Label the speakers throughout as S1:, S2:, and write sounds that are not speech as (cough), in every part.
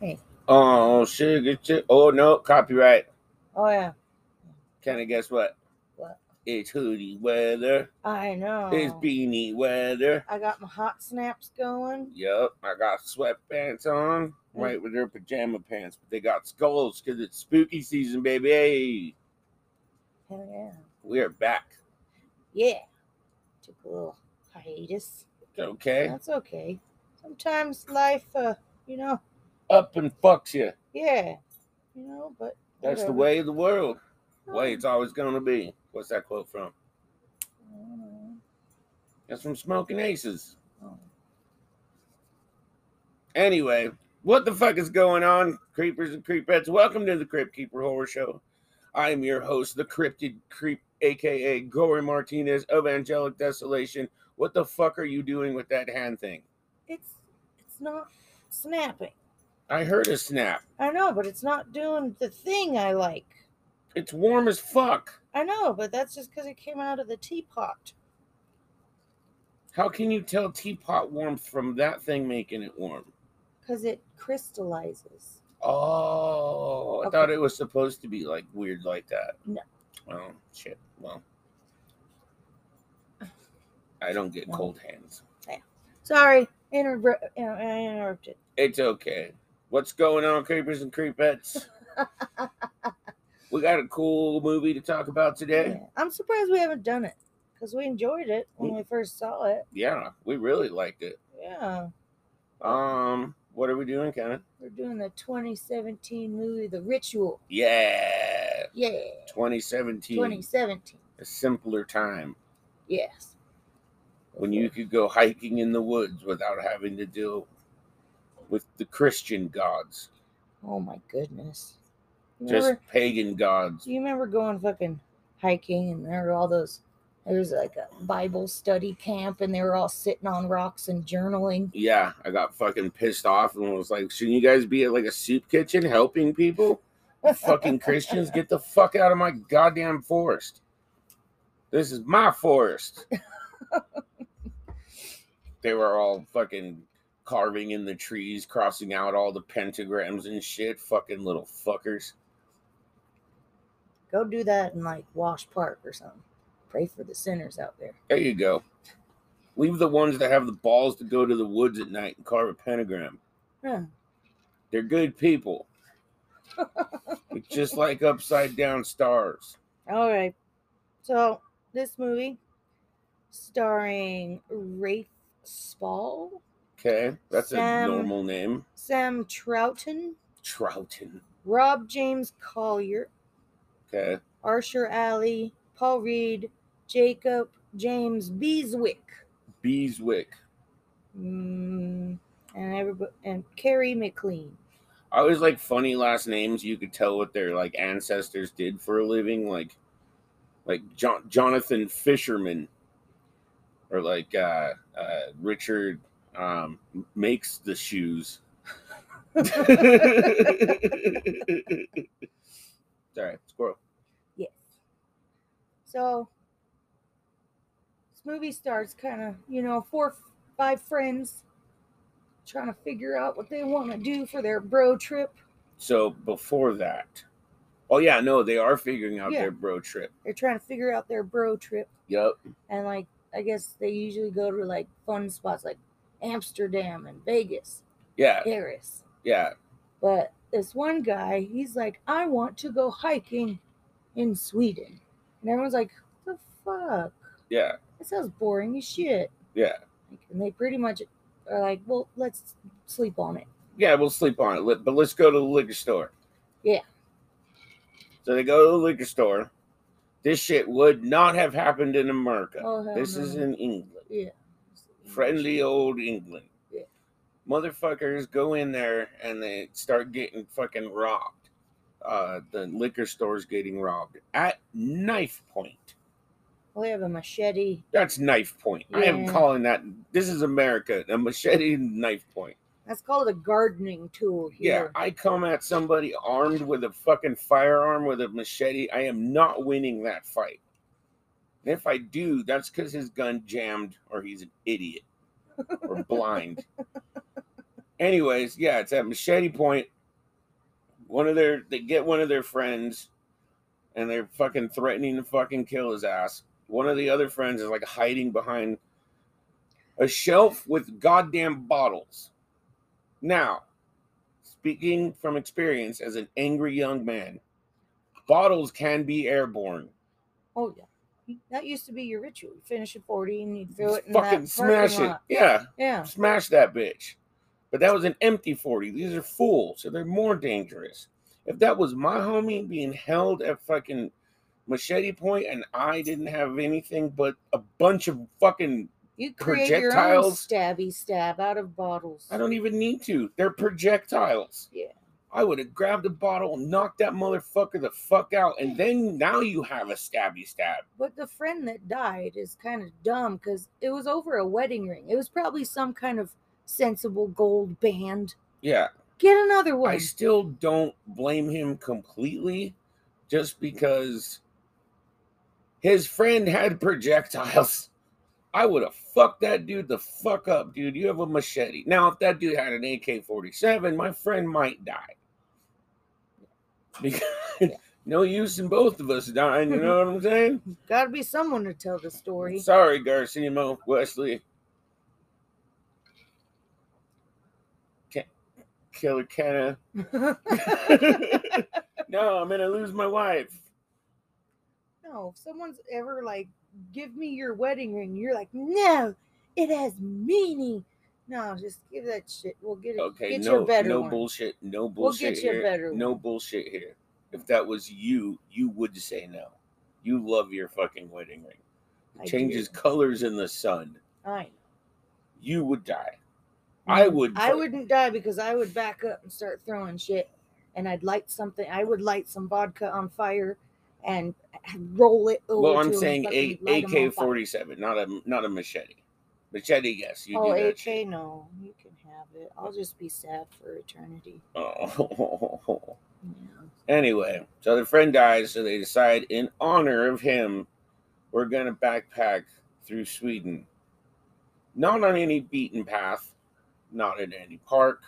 S1: Hey.
S2: Oh, shit, get your. Oh, no, copyright.
S1: Oh yeah,
S2: Can I guess what?
S1: What? Oh.
S2: It's hoodie weather.
S1: I know.
S2: It's beanie weather.
S1: I got my hot snaps going.
S2: Yep, I got sweatpants on, right with their pajama pants, but they got skulls because it's spooky season, baby. Hey,
S1: Hell yeah.
S2: we are back.
S1: Yeah. Took a little hiatus.
S2: Okay,
S1: That's okay. Sometimes life, uh, you know,
S2: up and fucks you.
S1: yeah, you know, but
S2: That's the
S1: whatever.
S2: way of the world. Way
S1: Um,
S2: it's always gonna be. What's that quote from?
S1: I don't
S2: That's from Smoking Aces.
S1: know.
S2: Anyway, what the fuck is going on, creepers and creepettes? Welcome to the Crypt Keeper Horror Show. I am your host, the Cryptid Creep, aka Gory Martinez of Angelic Desolation. What the fuck are you doing with that hand thing?
S1: It's it's not snapping.
S2: I heard a snap.
S1: I know, but it's not doing the thing I like.
S2: It's warm as fuck.
S1: I know, but that's just because it came out of the teapot.
S2: How can you tell teapot warmth from that thing making it warm?
S1: Because it crystallizes.
S2: Oh, I
S1: Okay.
S2: thought it was supposed to be like weird like that.
S1: No.
S2: Oh shit. Well, I don't get
S1: No.
S2: cold hands.
S1: Sorry, inter- uh, I interrupted.
S2: It's okay. What's going on, creepers and creepettes? we got a cool movie to talk about today.
S1: Yeah. I'm surprised we haven't done it because we enjoyed it when we first saw it.
S2: Yeah, we really liked it.
S1: Yeah.
S2: Um, what are we doing, Kenneth?
S1: We're doing the 2017 movie, The Ritual.
S2: Yeah,
S1: Yeah.
S2: 2017.
S1: 2017.
S2: A simpler time.
S1: Yes.
S2: when you could go hiking in the woods without having to deal with the Christian gods,
S1: Oh my goodness. You
S2: just
S1: remember,
S2: pagan gods.
S1: do you remember going fucking hiking and there were all those, there was like a Bible study camp and they were all sitting on rocks and journaling.
S2: Yeah, I got fucking pissed off and was like, shouldn't you guys be at like a soup kitchen helping people? fucking Christians, get the fuck out of my goddamn forest. This is my forest. they were all fucking carving in the trees, crossing out all the pentagrams and shit. Fucking little fuckers.
S1: Go do that in like Wash Park or something. Pray for the sinners out there.
S2: There you go. Leave the ones that have the balls to go to the woods at night and carve a pentagram.
S1: Huh.
S2: They're good people. It's just like upside down stars.
S1: All right. So this movie, starring Rafe Spall,
S2: Okay. That's a
S1: Sam-
S2: normal name.
S1: Sam Troughton,
S2: Trouton.
S1: Rob James Collier,
S2: Okay.
S1: Archer Alley, Paul Reed, Jacob James Beeswick,
S2: Beeswick.
S1: mm, and everybody, and Carrie McLean.
S2: I always like funny last names. You could tell what their like ancestors did for a living, like like John, Jonathan Fisherman, or like uh, uh, Richard um, makes the shoes. Sorry, squirrel.
S1: Yes. So this movie starts kind of, you know, four, five friends trying to figure out what they want to do for their bro trip.
S2: So before that, oh yeah, no, they are figuring out
S1: Yeah.
S2: their bro trip.
S1: They're trying to figure out their bro trip,
S2: Yep.
S1: and like, I guess they usually go to like fun spots like Amsterdam and Vegas,
S2: Yeah.
S1: Paris.
S2: Yeah.
S1: But this one guy, he's like, I want to go hiking in Sweden, and everyone's like, "What the fuck?
S2: Yeah.
S1: That sounds boring as shit.
S2: Yeah.
S1: Like, and they pretty much are like, well, let's sleep on it.
S2: Yeah, we'll sleep on it. Let- But let's go to the liquor store.
S1: Yeah.
S2: So they go to the liquor store. This shit would not have happened in America.
S1: Oh, hell
S2: this
S1: no.
S2: is in England.
S1: Yeah.
S2: Friendly old England.
S1: Yeah.
S2: Motherfuckers go in there and they start getting fucking robbed. Uh, the liquor store's getting robbed at knife point.
S1: Well, they have a machete.
S2: That's knife point. I am
S1: Yeah.
S2: calling that. This is America. A machete and knife point.
S1: That's called a gardening tool
S2: Yeah,
S1: here.
S2: I come at somebody armed with a fucking firearm with a machete. I am not winning that fight. And if I do, that's because his gun jammed or he's an idiot or blind. Anyways, yeah, it's at Machete Point. One of their they get one of their friends, and they're fucking threatening to fucking kill his ass. One of the other friends is like hiding behind a shelf with goddamn bottles. Now, speaking from experience as an angry young man, bottles can be airborne.
S1: Oh yeah, that used to be your ritual. You finish a forty and you throw it in
S2: fucking
S1: that
S2: smash
S1: parking
S2: it.
S1: lot.
S2: Yeah,
S1: Yeah,
S2: smash that bitch. But that was an empty 40. These are full, so they're more dangerous. If that was my homie being held at fucking machete point and I didn't have anything but a bunch of fucking
S1: you create your own
S2: Projectiles.
S1: stabby stab out of bottles.
S2: I don't even need to. They're projectiles.
S1: Yeah.
S2: I would have grabbed a bottle and knocked that motherfucker the fuck out, and then now you have a stabby stab.
S1: But the friend that died is kind of dumb because it was over a wedding ring. It was probably some kind of sensible gold band.
S2: Yeah.
S1: Get another
S2: I
S1: one.
S2: still don't blame him completely just because his friend had projectiles. (laughs) I would have fucked that dude the fuck up, dude. You have a machete. Now, if that dude had an AK 47, my friend might die. (laughs) Because no use in both of us dying, you know what I'm saying?
S1: (laughs) Gotta be someone to tell the story.
S2: Sorry, Garcia Mo Wesley. Ca- Killer Kenna. no, I'm gonna lose my wife.
S1: (laughs) No, if someone's ever like, give me your wedding ring, you're like, no, it has meaning. No, just give that shit. We'll get it.
S2: Okay,
S1: get
S2: no,
S1: you a better
S2: no
S1: one.
S2: bullshit, no
S1: We'll get
S2: bullshit
S1: you a
S2: here.
S1: better
S2: no bullshit here. If that was you, you would say no. You love your fucking wedding ring.
S1: I
S2: It changes
S1: do.
S2: colors in the sun.
S1: I know.
S2: You would die. I would.
S1: Mm, I
S2: fuck-
S1: wouldn't die because I would back up and start throwing shit, and I'd light something. I would light some vodka on fire, and roll it over.
S2: Well,
S1: to
S2: I'm
S1: 'em,
S2: saying
S1: fucking light 'em on
S2: AK
S1: fire.
S2: 47, not a not a machete. Machete, yes, you
S1: Oh,
S2: do that
S1: AK,
S2: shit.
S1: no, you can have it. I'll just be sad for eternity.
S2: Oh. (laughs)
S1: Yeah.
S2: anyway, so their friend dies, so they decide in honor of him, we're gonna backpack through Sweden. Not on any beaten path, not in any park.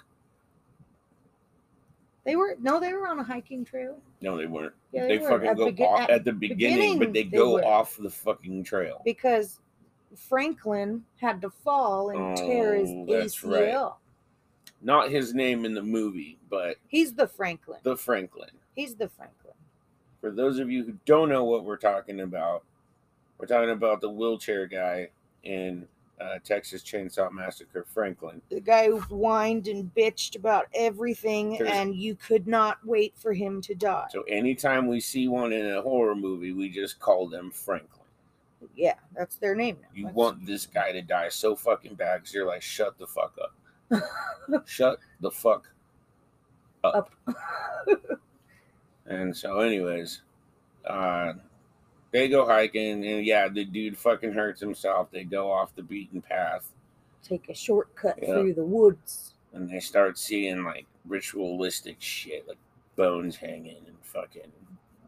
S1: They were no, they were on a hiking trail.
S2: No, they weren't.
S1: Yeah,
S2: they
S1: they were.
S2: fucking
S1: At
S2: go
S1: begin-
S2: off
S1: at
S2: at, the beginning,
S1: beginning,
S2: but they,
S1: they
S2: go
S1: were.
S2: off the fucking trail.
S1: because Franklin had to fall and tear his
S2: Oh, that's right.
S1: ACL.
S2: Not his name in the movie, but
S1: He's the Franklin.
S2: the Franklin.
S1: He's the Franklin.
S2: for those of you who don't know what we're talking about, we're talking about the wheelchair guy in uh, Texas Chainsaw Massacre, Franklin.
S1: The guy who whined and bitched about everything,
S2: There's-
S1: and you could not wait for him to die.
S2: So anytime we see one in a horror movie, we just call them Franklin.
S1: yeah, that's their name now.
S2: You
S1: That's-
S2: want this guy to die so fucking bad because you're like, shut the fuck
S1: (laughs)
S2: up. shut the fuck up. and so, anyways, uh, they go hiking, and yeah, the dude fucking hurts himself. They go off the beaten path.
S1: take a shortcut
S2: Yeah.
S1: through the woods.
S2: and they start seeing like ritualistic shit, like bones hanging and fucking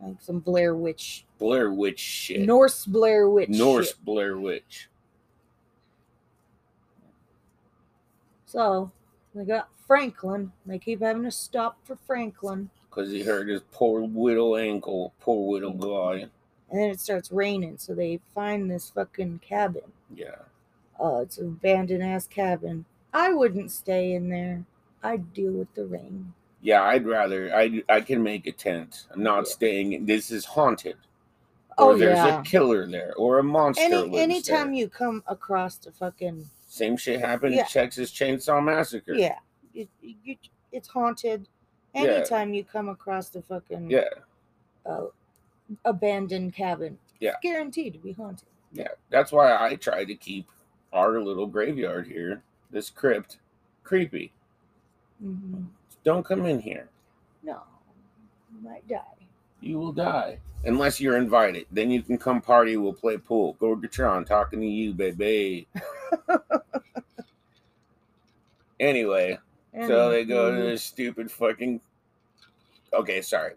S1: Like some Blair Witch,
S2: Blair Witch shit,
S1: Norse Blair Witch.
S2: Norse
S1: shit.
S2: Blair Witch.
S1: So they got Franklin. They keep having to stop for Franklin.
S2: Cause he hurt his poor little ankle, poor little guy.
S1: And then it starts raining, so they find this fucking cabin.
S2: Yeah,
S1: Oh, it's an abandoned ass cabin. I wouldn't stay in there. I'd deal with the rain.
S2: yeah. I'd rather I I can make a tent. I'm not
S1: Yeah.
S2: staying. This is haunted.
S1: Oh
S2: or there's
S1: yeah.
S2: a killer there, or a monster.
S1: Any
S2: lives
S1: anytime
S2: there.
S1: you come across the fucking
S2: same shit happened
S1: Yeah.
S2: in Texas Chainsaw Massacre.
S1: yeah, it, you, it's haunted.
S2: Yeah.
S1: Anytime you come across the fucking
S2: Yeah.
S1: uh, abandoned cabin,
S2: Yeah.
S1: it's guaranteed to be haunted.
S2: Yeah, that's why I try to keep our little graveyard here, this crypt, creepy.
S1: hmm
S2: Don't come in here.
S1: No, you might die.
S2: You will die. Unless you're invited. Then you can come party. We'll play pool. Gorgatron talking to you, baby. anyway, so they go to
S1: Anywho.
S2: this stupid fucking. Okay, sorry.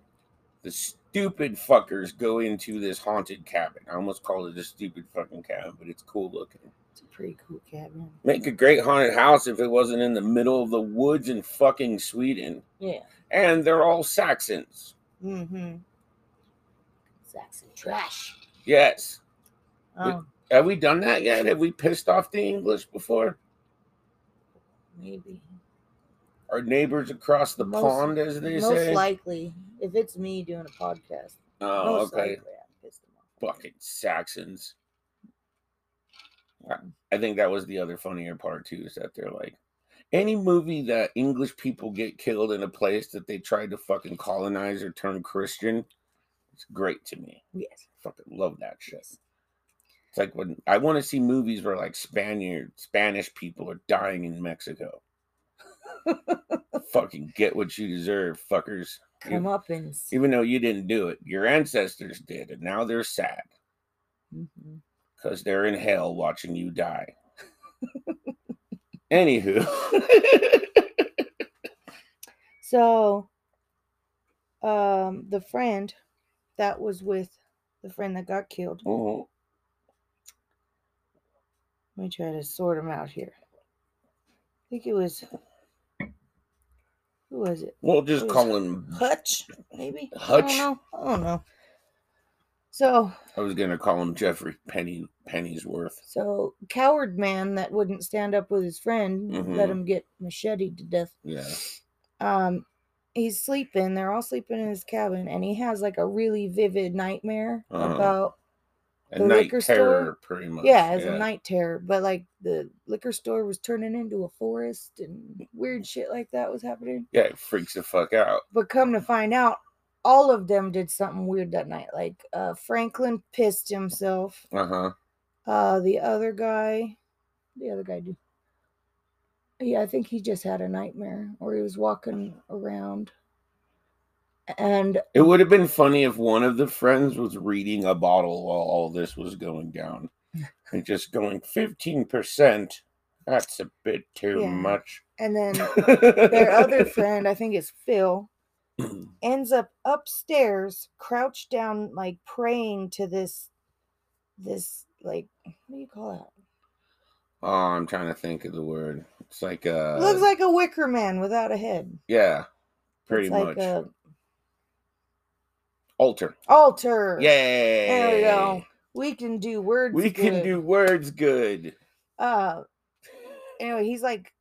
S2: The stupid fuckers go into this haunted cabin. I almost called it a stupid fucking cabin, but it's cool looking.
S1: It's a pretty cool cabin.
S2: Make a great haunted house if it wasn't in the middle of the woods in fucking Sweden.
S1: Yeah.
S2: And they're all Saxons.
S1: Mm-hmm. Saxon trash.
S2: Yes.
S1: Oh,
S2: Have we done that yet? Have we pissed off the English before?
S1: maybe.
S2: Our neighbors across the
S1: Most-
S2: pond, as they
S1: Most
S2: say.
S1: likely, if it's me doing a podcast,
S2: oh,
S1: most
S2: okay.
S1: likely I'm pissed them off.
S2: Fucking Saxons. I think that was the other funnier part too, is that they're like any movie that English people get killed in a place that they tried to fucking colonize or turn Christian, it's great to me.
S1: Yes.
S2: Fucking love that shit.
S1: Yes.
S2: It's like when I want to see movies where like Spaniard Spanish people are dying in Mexico. (laughs) Fucking get what you deserve, fuckers.
S1: Come up and. See.
S2: Even though you didn't do it, your ancestors did, and now they're sad
S1: Mhm.
S2: because they're in hell watching you die. (laughs) Anywho, (laughs)
S1: So, um, the friend that was with the friend that got killed.
S2: Oh,
S1: Let me try to sort them out here. I think it was. Who was it?
S2: we'll just
S1: Who's-
S2: call him.
S1: Hutch, maybe?
S2: Hutch?
S1: I don't know. I don't know. So,
S2: I was gonna call him Jeffrey Penny Pennyworth.
S1: so coward man that wouldn't stand up with his friend, let
S2: Mhm.
S1: him get macheted to death.
S2: Yeah,
S1: Um, he's sleeping. They're all sleeping in his cabin, and he has like a really vivid nightmare
S2: Uh-huh.
S1: about
S2: a
S1: The
S2: night
S1: liquor store?
S2: terror, pretty much.
S1: yeah, as a night terror. But like the liquor store was turning into a forest, and weird shit like that was happening.
S2: Yeah, it freaks the fuck out.
S1: But come to find out, all of them did something weird that night. Like uh, Franklin pissed himself.
S2: Uh huh.
S1: Uh, the other guy, the other guy did. Yeah, I think he just had a nightmare, or he was walking around, and
S2: It would have been funny if one of the friends was reading a bottle while all this was
S1: (laughs)
S2: going down and just going 15%. That's a bit too
S1: Yeah.
S2: much.
S1: (laughs) and then their
S2: (laughs)
S1: other friend, I think it's Phil, ends up upstairs, crouched down, like praying to this, this like what do you call that?
S2: (clears throat) Oh, I'm trying to think of the word. It's like uh
S1: It looks like a wicker man without a head.
S2: yeah, pretty
S1: it's
S2: much
S1: like a
S2: altar.
S1: altar.
S2: Yay!
S1: There we go. We can do words.
S2: We can
S1: good.
S2: do words good.
S1: uh anyway he's like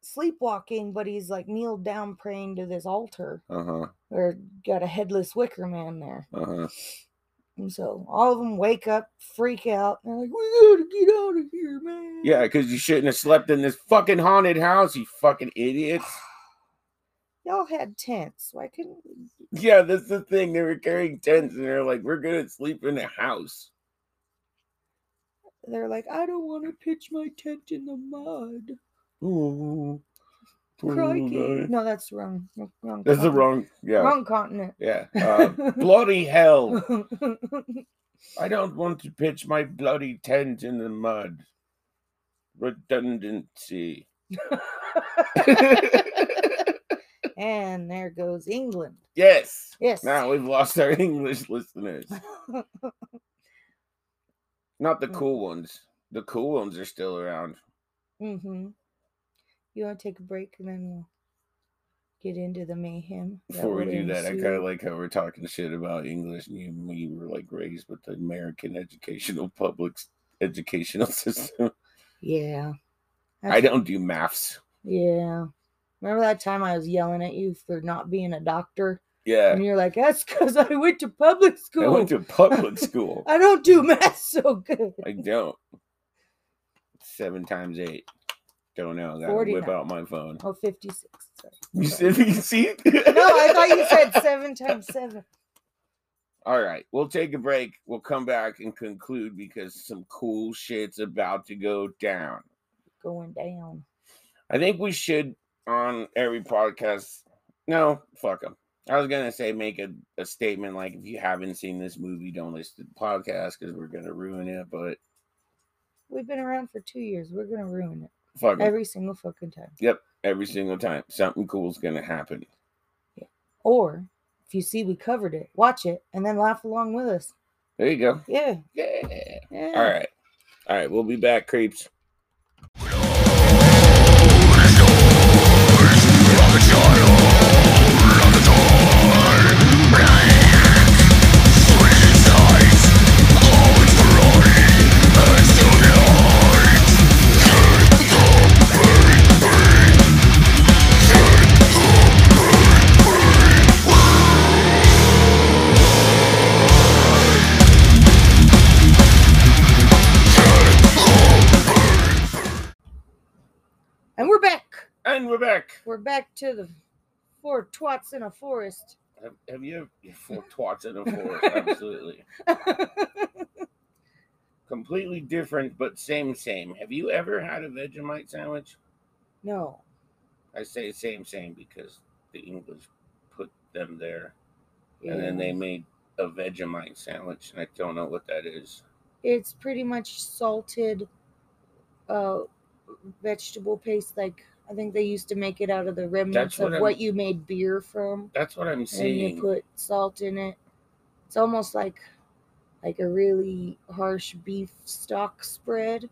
S1: sleepwalking but he's like kneeled down praying to this altar
S2: Uh huh.
S1: or got a headless wicker man there
S2: Uh huh.
S1: and so all of them wake up freak out and they're like we gotta get out of here man
S2: Yeah, because you shouldn't have slept in this fucking haunted house, you fucking idiots.
S1: y'all had tents why couldn't we do-"
S2: Yeah, that's the thing. They were carrying tents and they're like, we're gonna sleep in a house.
S1: they're like i don't want to pitch my tent in the mud
S2: Ooh, poor little
S1: crikey
S2: guy.
S1: no that's wrong wrong- wrong
S2: Mm-hmm. That's the
S1: continent.
S2: wrong. Yeah.
S1: wrong continent (laughs)
S2: Yeah. Uh, bloody hell.
S1: (laughs)
S2: I don't want to pitch my bloody tent in the mud.
S1: (laughs)
S2: Redundancy.
S1: and there goes england
S2: yes.
S1: yes
S2: Now we've lost our (laughs) English listeners. Not the
S1: Mm.
S2: cool ones. The cool ones are still around.
S1: (laughs) Mm-hmm. You want to take a break and then we'll get into the mayhem. that
S2: Before we
S1: would
S2: do that, I
S1: ensue?
S2: kind of like how we're talking shit about English, and you and me were like raised with the American educational public s- educational (laughs) system.
S1: Yeah.
S2: I
S1: That's-
S2: don't do maths.
S1: Yeah. Remember that time I was yelling at you for not being a doctor?
S2: Yeah,
S1: And you're like, that's because I went to public school.
S2: I
S1: I,
S2: went
S1: (laughs)
S2: to public school.
S1: don't do math so good.
S2: I don't. Seven times eight. Don't know. Gotta whip
S1: 49.
S2: out my phone.
S1: Oh, 56. Sorry.
S2: You said (laughs) you see?
S1: No, I thought you said seven times seven.
S2: (laughs) All right, we'll take a break. We'll come back and conclude because some cool shit's about to go down.
S1: Going down.
S2: I think we should on every podcast. No, fuck them. I was gonna say make a, a statement like if you haven't seen this movie, don't listen to the podcast because we're gonna ruin it. But
S1: We've been around for two years. We're going to ruin it
S2: fuck 'em.
S1: every single fucking time.
S2: Yep, every single time something cool's gonna happen.
S1: Or if you see we covered it, watch it and then laugh along with us.
S2: There you go.
S1: Yeah.
S2: Yeah.
S1: yeah.
S2: All right. All right, we'll be back, creeps.
S1: And we're back.
S2: And we're back.
S1: We're back to the four twats in a forest. (laughs)
S2: Have, have you (laughs) four twats in a forest? Absolutely. Completely different, but same, same. Have you ever had a Vegemite sandwich?
S1: no.
S2: I say same, same because the English put them there, and then
S1: Yeah.
S2: they made a Vegemite sandwich, and I don't know what that is.
S1: It's pretty much salted uh vegetable paste like I think they used to make it out of the remnants
S2: what
S1: of
S2: I'm-
S1: what you made beer from.
S2: That's what I'm
S1: and you
S2: seeing.
S1: put salt in it. It's almost like like a really harsh beef stock spread.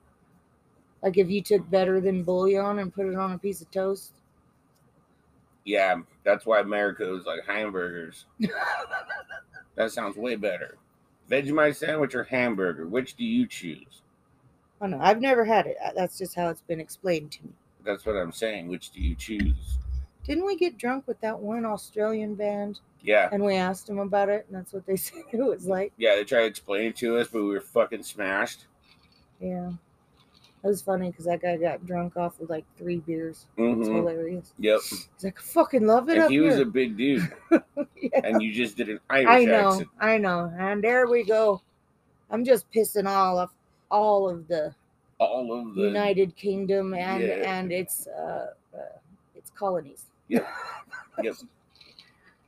S1: Like if you took better than bouillon and put it on a piece of toast. (laughs)
S2: yeah, that's why America was like hamburgers. that sounds way better. Vegemite sandwich or hamburger? Which do you choose?
S1: Oh no, I've never had it. Uh, That's just how it's been explained to me.
S2: That's what I'm saying. Which do you choose?
S1: Didn't we get drunk with that one Australian band
S2: Yeah.
S1: and we asked them about it and that's what they (laughs) said it was like?
S2: Yeah, they tried to explain it to us, but we were fucking smashed.
S1: Yeah. It was funny because that guy got drunk off of like three beers. It's
S2: hmm
S1: hilarious.
S2: Yep.
S1: He's like, "I fucking love it
S2: And
S1: up
S2: he was
S1: here."
S2: a big dude,
S1: (laughs) Yeah.
S2: and you just did an
S1: I
S2: Irish
S1: know,
S2: accent.
S1: I know. And there we go. I'm just pissing all of all of the,
S2: All of the
S1: United Kingdom and
S2: Yeah.
S1: and its uh, uh its colonies.
S2: Yep.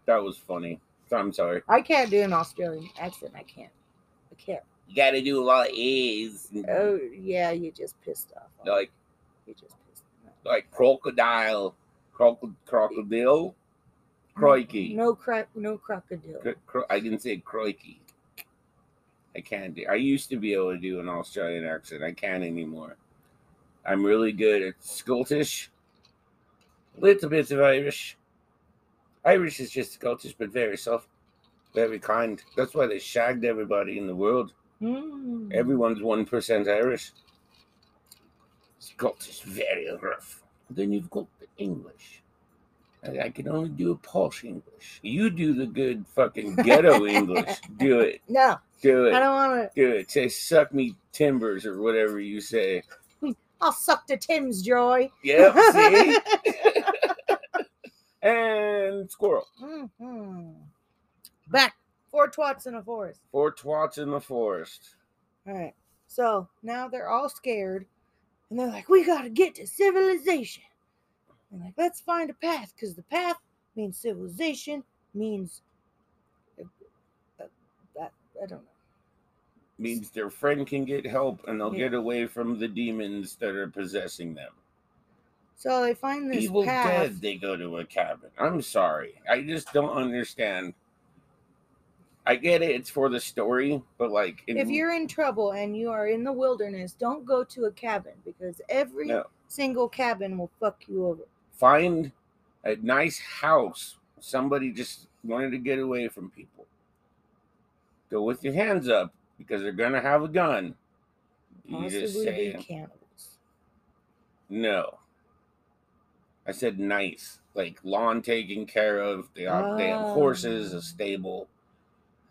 S2: That was funny. I'm sorry.
S1: I can't do an Australian accent. I can't. I can't.
S2: You gotta do a lot of A's.
S1: Oh yeah, you just pissed off. all-
S2: Like
S1: you just pissed. me off.
S2: like crocodile. Croco- crocodile? Crikey.
S1: No cro- no crocodile.
S2: Cro- cro- I didn't say crikey. I can't do I used to be able to do an Australian accent. I can't anymore. I'm really good at Scottish. Little bit of Irish. Irish is just Scottish, but very soft, very kind. That's why they shagged everybody in the world.
S1: Mm.
S2: Everyone's one percent Irish. Scottish very rough. Then you've got the English. I, I can only do a posh English. You do the good
S1: (laughs)
S2: fucking ghetto English. Do it.
S1: No, I
S2: Do it.
S1: don't want to.
S2: Do it. Say suck me timbers or whatever you say.
S1: I'll suck the Tim's joy.
S2: Yep,
S1: (laughs)
S2: see? and squirrel.
S1: hmm Back four twats in a forest.
S2: Four twats in the forest.
S1: All right. So now they're all scared and they're like, we got to get to civilization. And like, let's find a path because the path means civilization, means. uh, uh, I don't know.
S2: Means their friend can get help and they'll
S1: Yeah.
S2: get away from the demons that are possessing them.
S1: So they find this
S2: Evil
S1: path.
S2: Dead, they go to a cabin. I'm sorry. I just don't understand. I get it. It's for the story, but like, in,
S1: If you're in trouble and you are in the wilderness, don't go to a cabin because every
S2: No.
S1: single cabin will fuck you over.
S2: find a nice house, somebody just wanted to get away from people. Go with your hands up because they're gonna have a gun. You just
S1: Possibly be
S2: saying
S1: cannibals.
S2: no. I said nice, like lawn taken care of. They have, they have horses,
S1: Ah.
S2: a stable.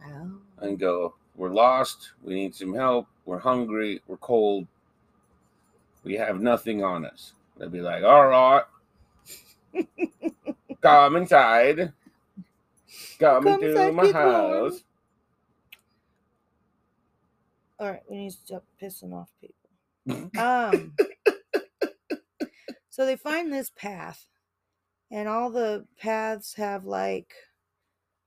S1: Oh.
S2: and go, We're lost. We need some help. We're hungry. We're cold. We have nothing on us. They'll be like, All right, come inside. Come,
S1: Come
S2: into
S1: inside,
S2: my
S1: get warm."
S2: house.
S1: All right, we need to stop pissing off people.
S2: (laughs)
S1: um, so they find this path, and all the paths have like,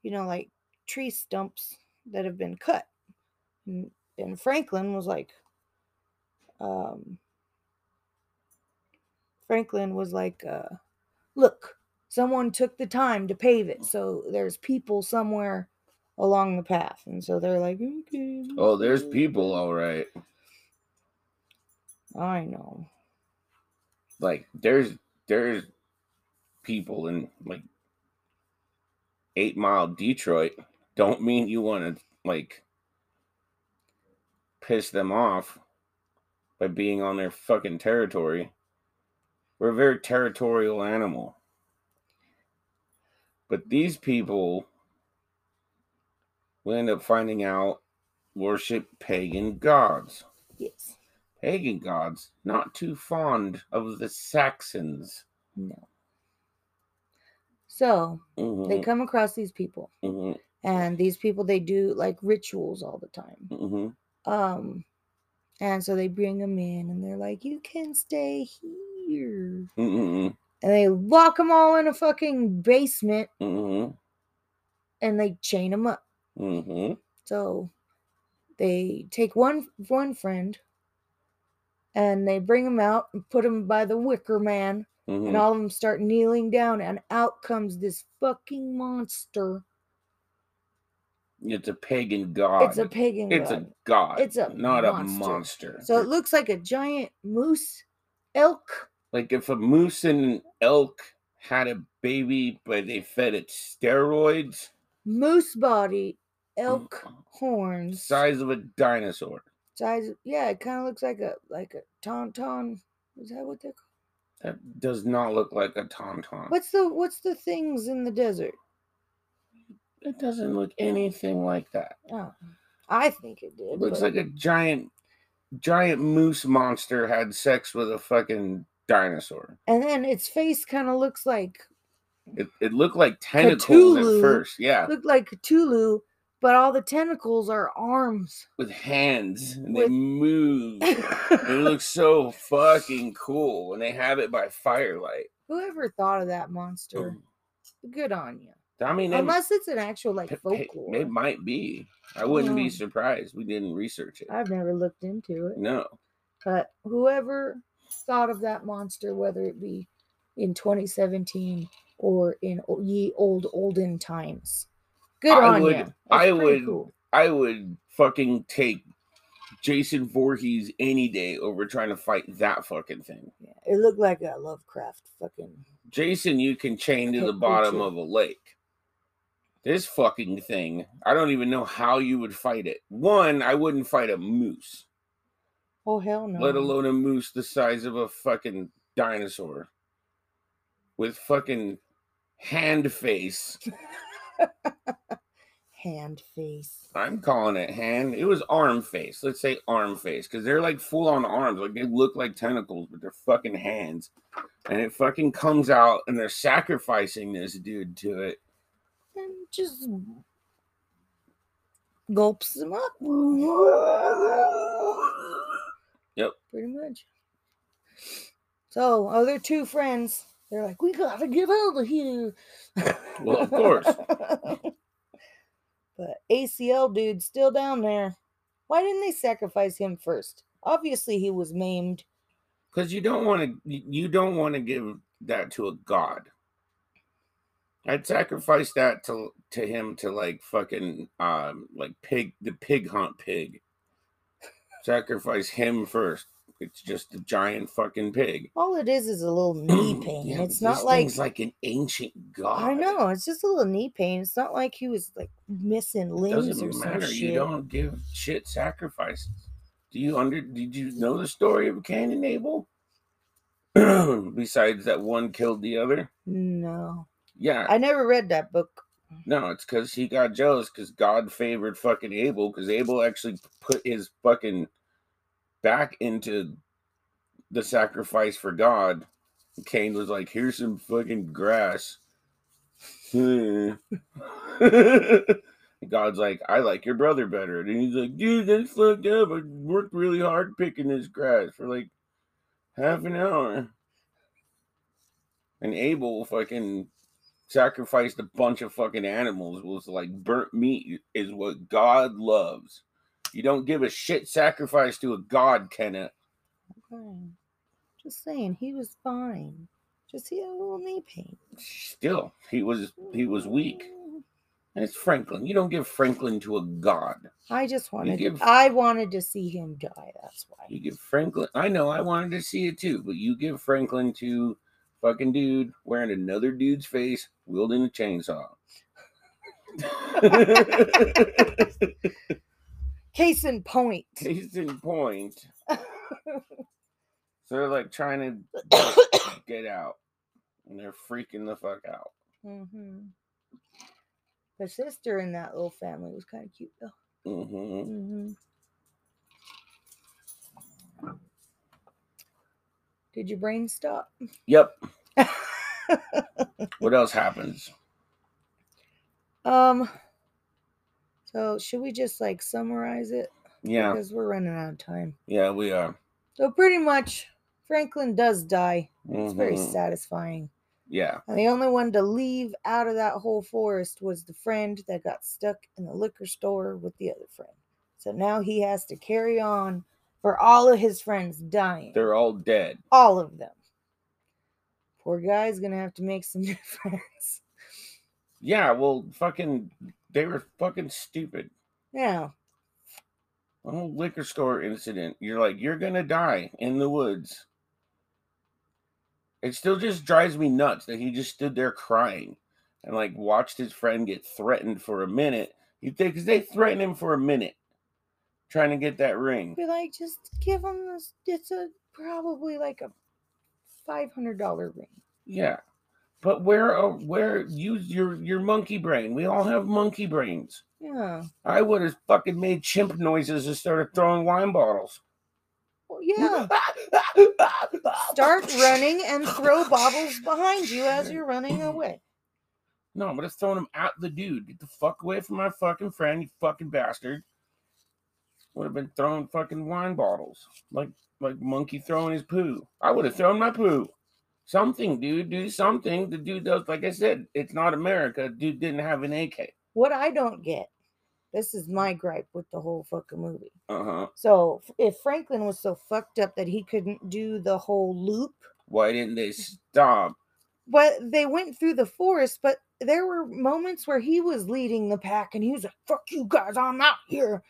S1: you know, like tree stumps that have been cut. And, and Franklin was like, um, Franklin was like, uh, look, someone took the time to pave it, so there's people somewhere along the path, and so they're like, okay.
S2: Oh, there's
S1: let's do it."
S2: people, all right.
S1: I know.
S2: Like there's there's people in like eight mile Detroit. Don't mean you want to like piss them off by being on their fucking territory. We're a very territorial animal. But these people will end up finding out worship pagan gods.
S1: Yes.
S2: Pagan gods not too fond of the Saxons.
S1: No. So
S2: Mhm,
S1: they come across these people,
S2: mhm,
S1: and these people they do like rituals all the time.
S2: mhm.
S1: Um, and so they bring them in, and they're like, "You can stay here,"
S2: Mhm,
S1: and they lock them all in a fucking basement,
S2: mhm,
S1: and they chain them up.
S2: mhm,
S1: So they take one one friend and they bring him out and put him by the wicker man and
S2: mhm,
S1: all of them start kneeling down and out comes this fucking monster.
S2: It's a pagan god.
S1: It's a pagan
S2: It's a
S1: god.
S2: god.
S1: It's a
S2: not a
S1: monster.
S2: monster.
S1: so it looks like a giant moose, elk.
S2: like if a moose and an elk had a baby, but they fed it steroids,
S1: Moose body, elk horns.
S2: mm, size of a dinosaur.
S1: size yeah, it kind of looks like a like a tauntaun. Is that what they're called?
S2: That does not look like a tauntaun.
S1: What's the what's the things in the desert?
S2: It doesn't look anything like that.
S1: Oh, I think it did.
S2: It looks
S1: but
S2: like a giant, giant moose monster had sex with a fucking dinosaur.
S1: and then its face kind of looks like
S2: It, it looked like tentacles
S1: Cthulhu.
S2: at first, yeah,
S1: looked like Cthulhu, but all the tentacles are
S2: (laughs)
S1: arms.
S2: with hands and
S1: With- (laughs)
S2: they move. it
S1: Whoever
S2: looks so fucking cool, and they have it by firelight.
S1: thought of that monster, good on you.
S2: I mean, they-
S1: Unless it's an actual like
S2: P- p- It
S1: folklore.
S2: might be. I wouldn't
S1: Yeah.
S2: be surprised. We didn't research it.
S1: I've never looked into it,
S2: No.
S1: but whoever thought of that monster, whether it be in 2017 or in o- ye old olden times, good
S2: I
S1: on
S2: would-
S1: you.
S2: I would- I would fucking take Jason Voorhees any day over trying to fight that fucking thing.
S1: Yeah, it looked like a Lovecraft fucking.
S2: Jason, you can chain to
S1: Okay,
S2: the
S1: me
S2: bottom
S1: too.
S2: of a lake. This fucking thing, I don't even know how you would fight it. One, I wouldn't fight a moose,
S1: Oh hell no!
S2: let alone a moose the size of a fucking dinosaur with fucking hand face.
S1: hand face.
S2: I'm calling it hand. It was arm face. Let's say arm face because they're like full on arms. Like they look like tentacles, but they're fucking hands. And it fucking comes out and they're sacrificing this dude to it.
S1: And just gulps them up pretty much. So other two friends, they're like, "We gotta get out of here."
S2: Well, of course.
S1: (laughs) but ACL dude's still down there. Why didn't they sacrifice him first? Obviously, he was maimed.
S2: Because you don't want to you don't want to give that to a god. I'd sacrifice that to to him to like fucking um like pig the pig hunt pig. Sacrifice him first. It's just a giant fucking pig. Mm,
S1: All it is is a little
S2: (clears throat)
S1: knee pain.
S2: Yeah,
S1: it's
S2: but
S1: not
S2: this
S1: like
S2: thing's like an ancient god.
S1: I know. It's just a little knee pain. It's not like he was like missing
S2: It
S1: limbs or
S2: doesn't
S1: some
S2: matter.
S1: shit.
S2: You don't give shit sacrifices. Do you under? Did you know the story of Cain and Abel? (clears throat) Besides that one killed the other.
S1: No,
S2: Yeah,
S1: I never read that book.
S2: no, it's because he got jealous because God favored fucking Abel because Abel actually put his fucking back into the sacrifice for God. Cain was like, "Here's some fucking grass." (laughs) Hmm. God's like, "I like your brother better," and he's like, "Dude, that's fucked up. I worked really hard picking this grass for like half an hour." And Abel fucking sacrificed a bunch of fucking animals. Was like burnt meat is what God loves. You don't give a shit sacrifice to a god, Kenneth.
S1: Okay. Just saying, he was fine. Just he had a little knee pain. Mm-hmm.
S2: Still, he was he was weak. And it's Franklin. You don't give Franklin to a god.
S1: I just wanted
S2: give-
S1: I wanted to see him die. That's why.
S2: You give Franklin. I know. I wanted to see it too, but you give Franklin to fucking dude wearing another dude's face, wielding a chainsaw. (laughs)
S1: Case in point. (laughs)
S2: Case in point. So they're like trying to get out, and they're freaking the fuck out.
S1: hmm The sister in that little family was kind of cute though.
S2: hmm
S1: hmm Did your brain stop?
S2: Yep. what else happens?
S1: Um. So should we just like summarize it
S2: Yeah,
S1: because we're running out of time.
S2: yeah, we are.
S1: So pretty much, Franklin does die. It's very
S2: Mhm.
S1: satisfying.
S2: Yeah,
S1: And the only one to leave out of that whole forest was the friend that got stuck in the liquor store with the other friend. So now he has to carry on for all of his friends dying.
S2: they're all dead.
S1: all of them. Poor guy's gonna have to make some (laughs) new friends.
S2: Yeah, well, fucking, they were fucking stupid.
S1: Yeah,
S2: The whole liquor store incident. You're like, you're gonna die in the woods. It still just drives me nuts that he just stood there crying and like watched his friend get threatened for a minute. You think because they threatened him for a minute trying to get that ring.
S1: be like, just give him this. It's a probably like a five hundred dollar ring.
S2: Yeah. But where uh, where use your your monkey brain? We all have monkey brains.
S1: Yeah.
S2: I would have fucking made chimp noises and started throwing wine bottles.
S1: Well,
S2: (laughs)
S1: yeah. Start running and throw bobbles behind you as you're running away.
S2: No, I'm gonna throw him at the dude. Get the fuck away from my fucking friend, you fucking bastard. Would have been throwing fucking wine bottles. Like like monkey throwing his poo. I would have thrown my poo. Something, dude. Do something. The dude does like I said, it's not America. Dude didn't have an AK.
S1: What I don't get, this is my gripe with the whole fucking movie.
S2: Uh-huh.
S1: So f- if Franklin was so fucked up that he couldn't do the whole loop,
S2: Why didn't they stop?
S1: but they went through the forest, but there were moments where he was leading the pack and he was like, fuck you guys, I'm out here.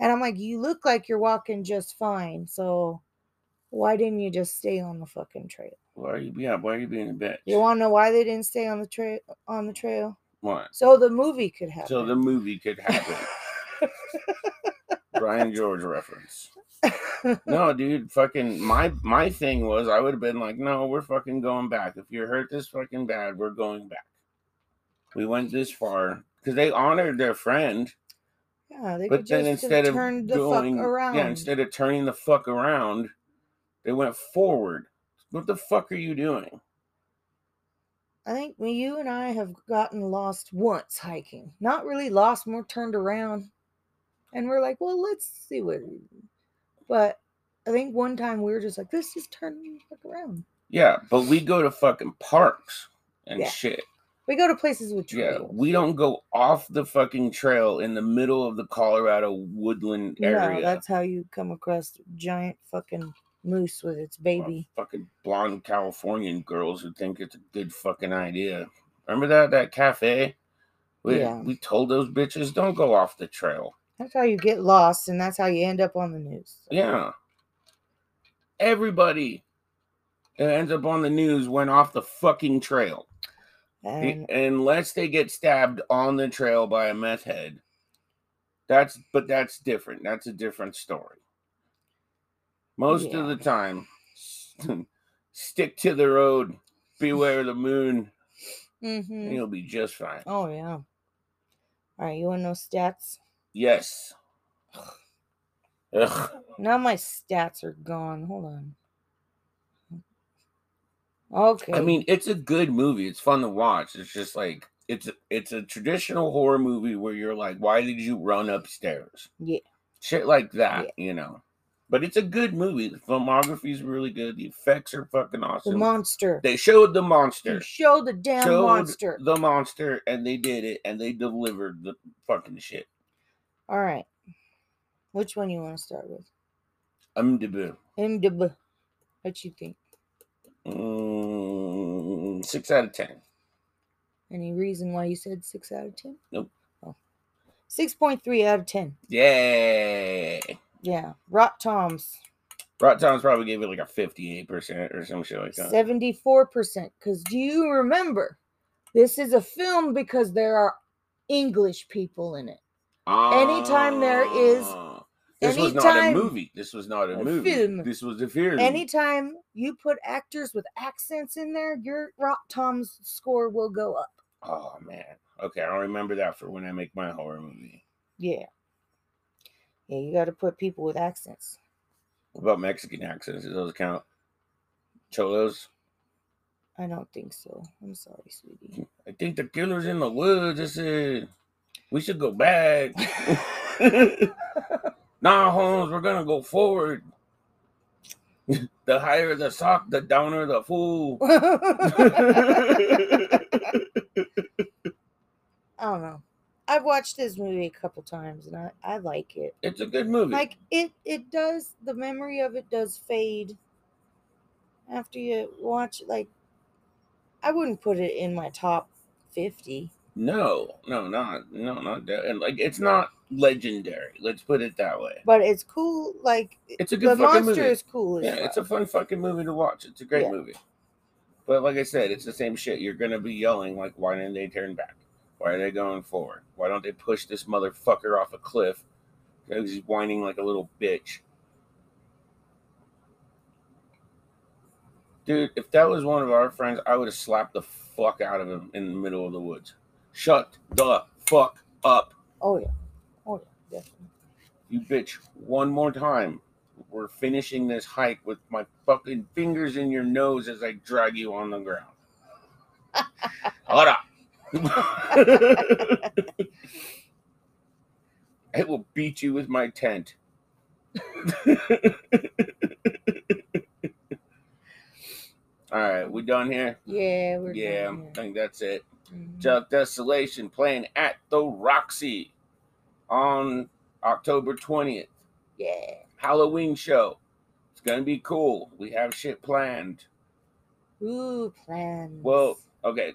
S1: And I'm like, you look like you're walking just fine. So why didn't you just stay on the fucking trail?
S2: Why are you yeah, why are you being a bitch?
S1: You want to know why they didn't stay on the trail on the trail?
S2: Why?
S1: So the movie could happen.
S2: So the movie
S1: (laughs)
S2: could happen. Brian George reference. No, dude, fucking my my thing was I would have been like, no, we're fucking going back. If you're hurt this fucking bad, we're going back. We went this far because they honored their friend,
S1: (laughs) yeah, they
S2: but
S1: could
S2: then
S1: just
S2: instead
S1: have
S2: of
S1: turned the
S2: going,
S1: fuck around.
S2: yeah, instead of turning the fuck around, they went forward. What the fuck are you doing?
S1: I think me, you and I have gotten lost once hiking. Not really lost, more turned around. And we're like, well, let's see what. But I think one time we were just like, this is turning the fuck around.
S2: Yeah, but we go to fucking parks and
S1: Yeah.
S2: shit.
S1: We go to places with
S2: Yeah,
S1: trails.
S2: we don't go off the fucking trail in the middle of the Colorado woodland
S1: No,
S2: area.
S1: that's how you come across giant fucking moose with its
S2: Well,
S1: baby.
S2: fucking blonde Californian girls who think it's a good fucking idea. Remember that that cafe? We,
S1: Yeah.
S2: we told those bitches don't go off the trail.
S1: That's how you get lost, and that's how you end up on the news.
S2: Yeah. Everybody that ends up on the news went off the fucking trail.
S1: And
S2: Unless they get stabbed on the trail by a meth head. That's but that's different. That's a different story. Most of
S1: Yeah.
S2: the time, (laughs) stick to the road, beware the moon, and
S1: hmm
S2: you'll be just fine.
S1: oh yeah. All right, you want to know stats?
S2: Yes. Ugh.
S1: Now my stats are gone. Hold on. Okay.
S2: I mean, it's a good movie. It's fun to watch. It's just like it's a- it's a traditional horror movie where you're like, why did you run upstairs?
S1: Yeah.
S2: Shit like that, you know. But it's a good movie. The filmography is really good. The effects are fucking
S1: the
S2: awesome.
S1: monster.
S2: they showed the
S1: You
S2: monster.
S1: show the damn
S2: Showed
S1: monster.
S2: The monster, and they did it, and they delivered the fucking shit.
S1: All right. Which one you want to start with?
S2: I'm the boo.
S1: MDB. What you think?
S2: Mm, six out of ten.
S1: Any reason why you said six out of ten? Oh.
S2: Nope.
S1: 6.3 out of 10.
S2: Yay!
S1: Yeah. Rot Toms,
S2: Rot Tom's probably gave it like a 58% or some shit like that.
S1: 74%. Because do you remember? This is a film because there are English people in it. anytime there is-
S2: Ah. This was not a
S1: anytime-
S2: movie. This was not a
S1: A
S2: movie.
S1: film.
S2: This was a film.
S1: Anytime you put actors with accents in there, your Rot Tom's score will go up.
S2: oh, man. Okay, I'll remember that for when I make my horror movie.
S1: Yeah. Yeah, you got to put people with accents.
S2: What about Mexican accents? Do those count? Cholos?
S1: I don't think so. I'm sorry, sweetie. (laughs)
S2: I think the killer's in the woods. I said, we should go back. nah, Holmes, we're gonna go forward. (laughs) the higher the sock, the downer the fool.
S1: I don't know. I've watched this movie a couple times and I, I like it.
S2: it's a good movie.
S1: Like it it does the memory of it does fade after you watch it. like I wouldn't put it in my top fifty.
S2: no, no, not no, not that. And like, it's not legendary. Let's put it that way.
S1: But it's cool, like
S2: It's a
S1: the
S2: good fucking
S1: monster
S2: movie.
S1: is cool as
S2: yeah, it's a
S1: fuck.
S2: fun fucking movie to watch. It's a great
S1: Yeah.
S2: movie. But like I said, it's the same shit. You're gonna be yelling like, why didn't they turn back? Why are they going forward? Why don't they push this motherfucker off a cliff? 'Cause he's whining like a little bitch. Dude, if that was one of our friends, I would have slapped the fuck out of him in the middle of the woods. Shut the fuck up,
S1: Oh yeah. Oh yeah, definitely.
S2: you bitch. One more time. We're finishing this hike with my fucking fingers in your nose as I drag you on
S1: (laughs)
S2: the ground. Hold up. I will beat you with
S1: (laughs)
S2: my tent. All right, we done here?
S1: Yeah, we're
S2: yeah,
S1: done
S2: I
S1: here.
S2: think that's it.
S1: Mhm.
S2: Chuck Desolation playing at the Roxy on October 20th.
S1: Yeah.
S2: Halloween show. It's going to be cool. We have shit planned.
S1: Ooh, plans.
S2: Well, okay.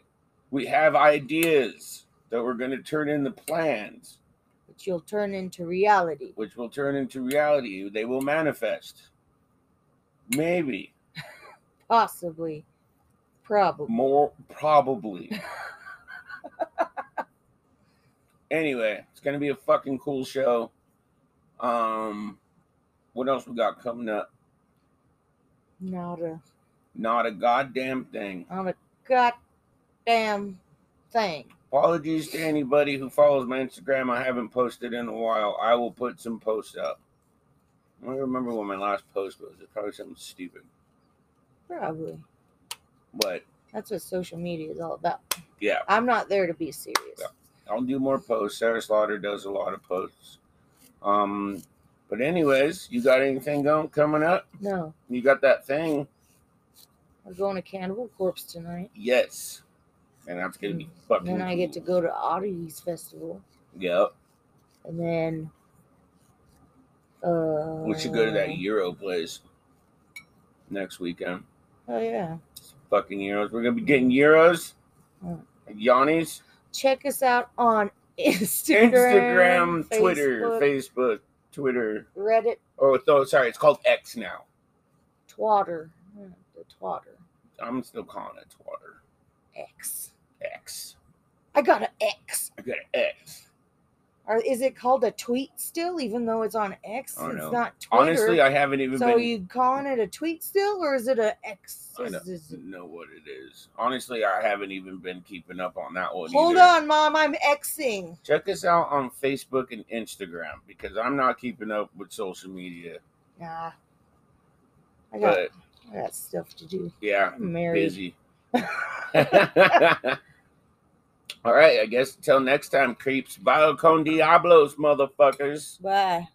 S2: We have ideas that we're going to turn into plans,
S1: which you'll turn into reality.
S2: which will turn into reality. They will manifest. Maybe.
S1: Possibly. Probably.
S2: More probably. anyway, it's gonna be a fucking cool show. Um, what else we got coming up?
S1: Not a
S2: Not a goddamn thing.
S1: not a goddamn thing.
S2: Apologies to anybody who follows my Instagram. I haven't posted in a while. I will put some posts up. I don't remember what my last post was. It's probably something stupid,
S1: Probably.
S2: but
S1: That's what social media is all about.
S2: Yeah.
S1: I'm not there to be serious.
S2: Yeah. I'll do more posts. Sarah Slaughter does a lot of posts. Um, but anyways, you got anything going coming up?
S1: No.
S2: You got that thing?
S1: I'm going to Cannibal Corpse tonight.
S2: Yes. And that's gonna be fucking.
S1: Mm. then I get to
S2: cool.
S1: go to Oddities Festival.
S2: Yep.
S1: And then uh
S2: We should go to that Euro place next weekend.
S1: Oh yeah.
S2: Fucking Euros. We're gonna be getting Euros.
S1: Mm.
S2: Yannis.
S1: Check us out on (laughs) Instagram,
S2: Instagram, Twitter,
S1: Facebook,
S2: Facebook, Twitter.
S1: Reddit,
S2: Oh, th- sorry, it's called X now.
S1: Twatter. Yeah, The Twatter.
S2: I'm still calling it Twitter.
S1: X.
S2: X.
S1: I got an X.
S2: I got an X.
S1: Or is it called a tweet still, even though it's on X?
S2: I don't
S1: It's
S2: know.
S1: not Twitter.
S2: Oh, Honestly, I haven't even
S1: so
S2: been.
S1: you calling it a tweet still, or is it a X?
S2: I don't know what it is. Honestly, I haven't even been keeping up on that one.
S1: Hold
S2: either.
S1: on, mom. I'm Xing.
S2: Check us out on Facebook and Instagram because I'm not keeping up with social media.
S1: Nah. I got,
S2: But
S1: I got stuff to do. (laughs)
S2: yeah,
S1: I'm married.
S2: busy. (laughs) All right, I guess until next time, creeps. Bio con diablos, motherfuckers.
S1: Bye.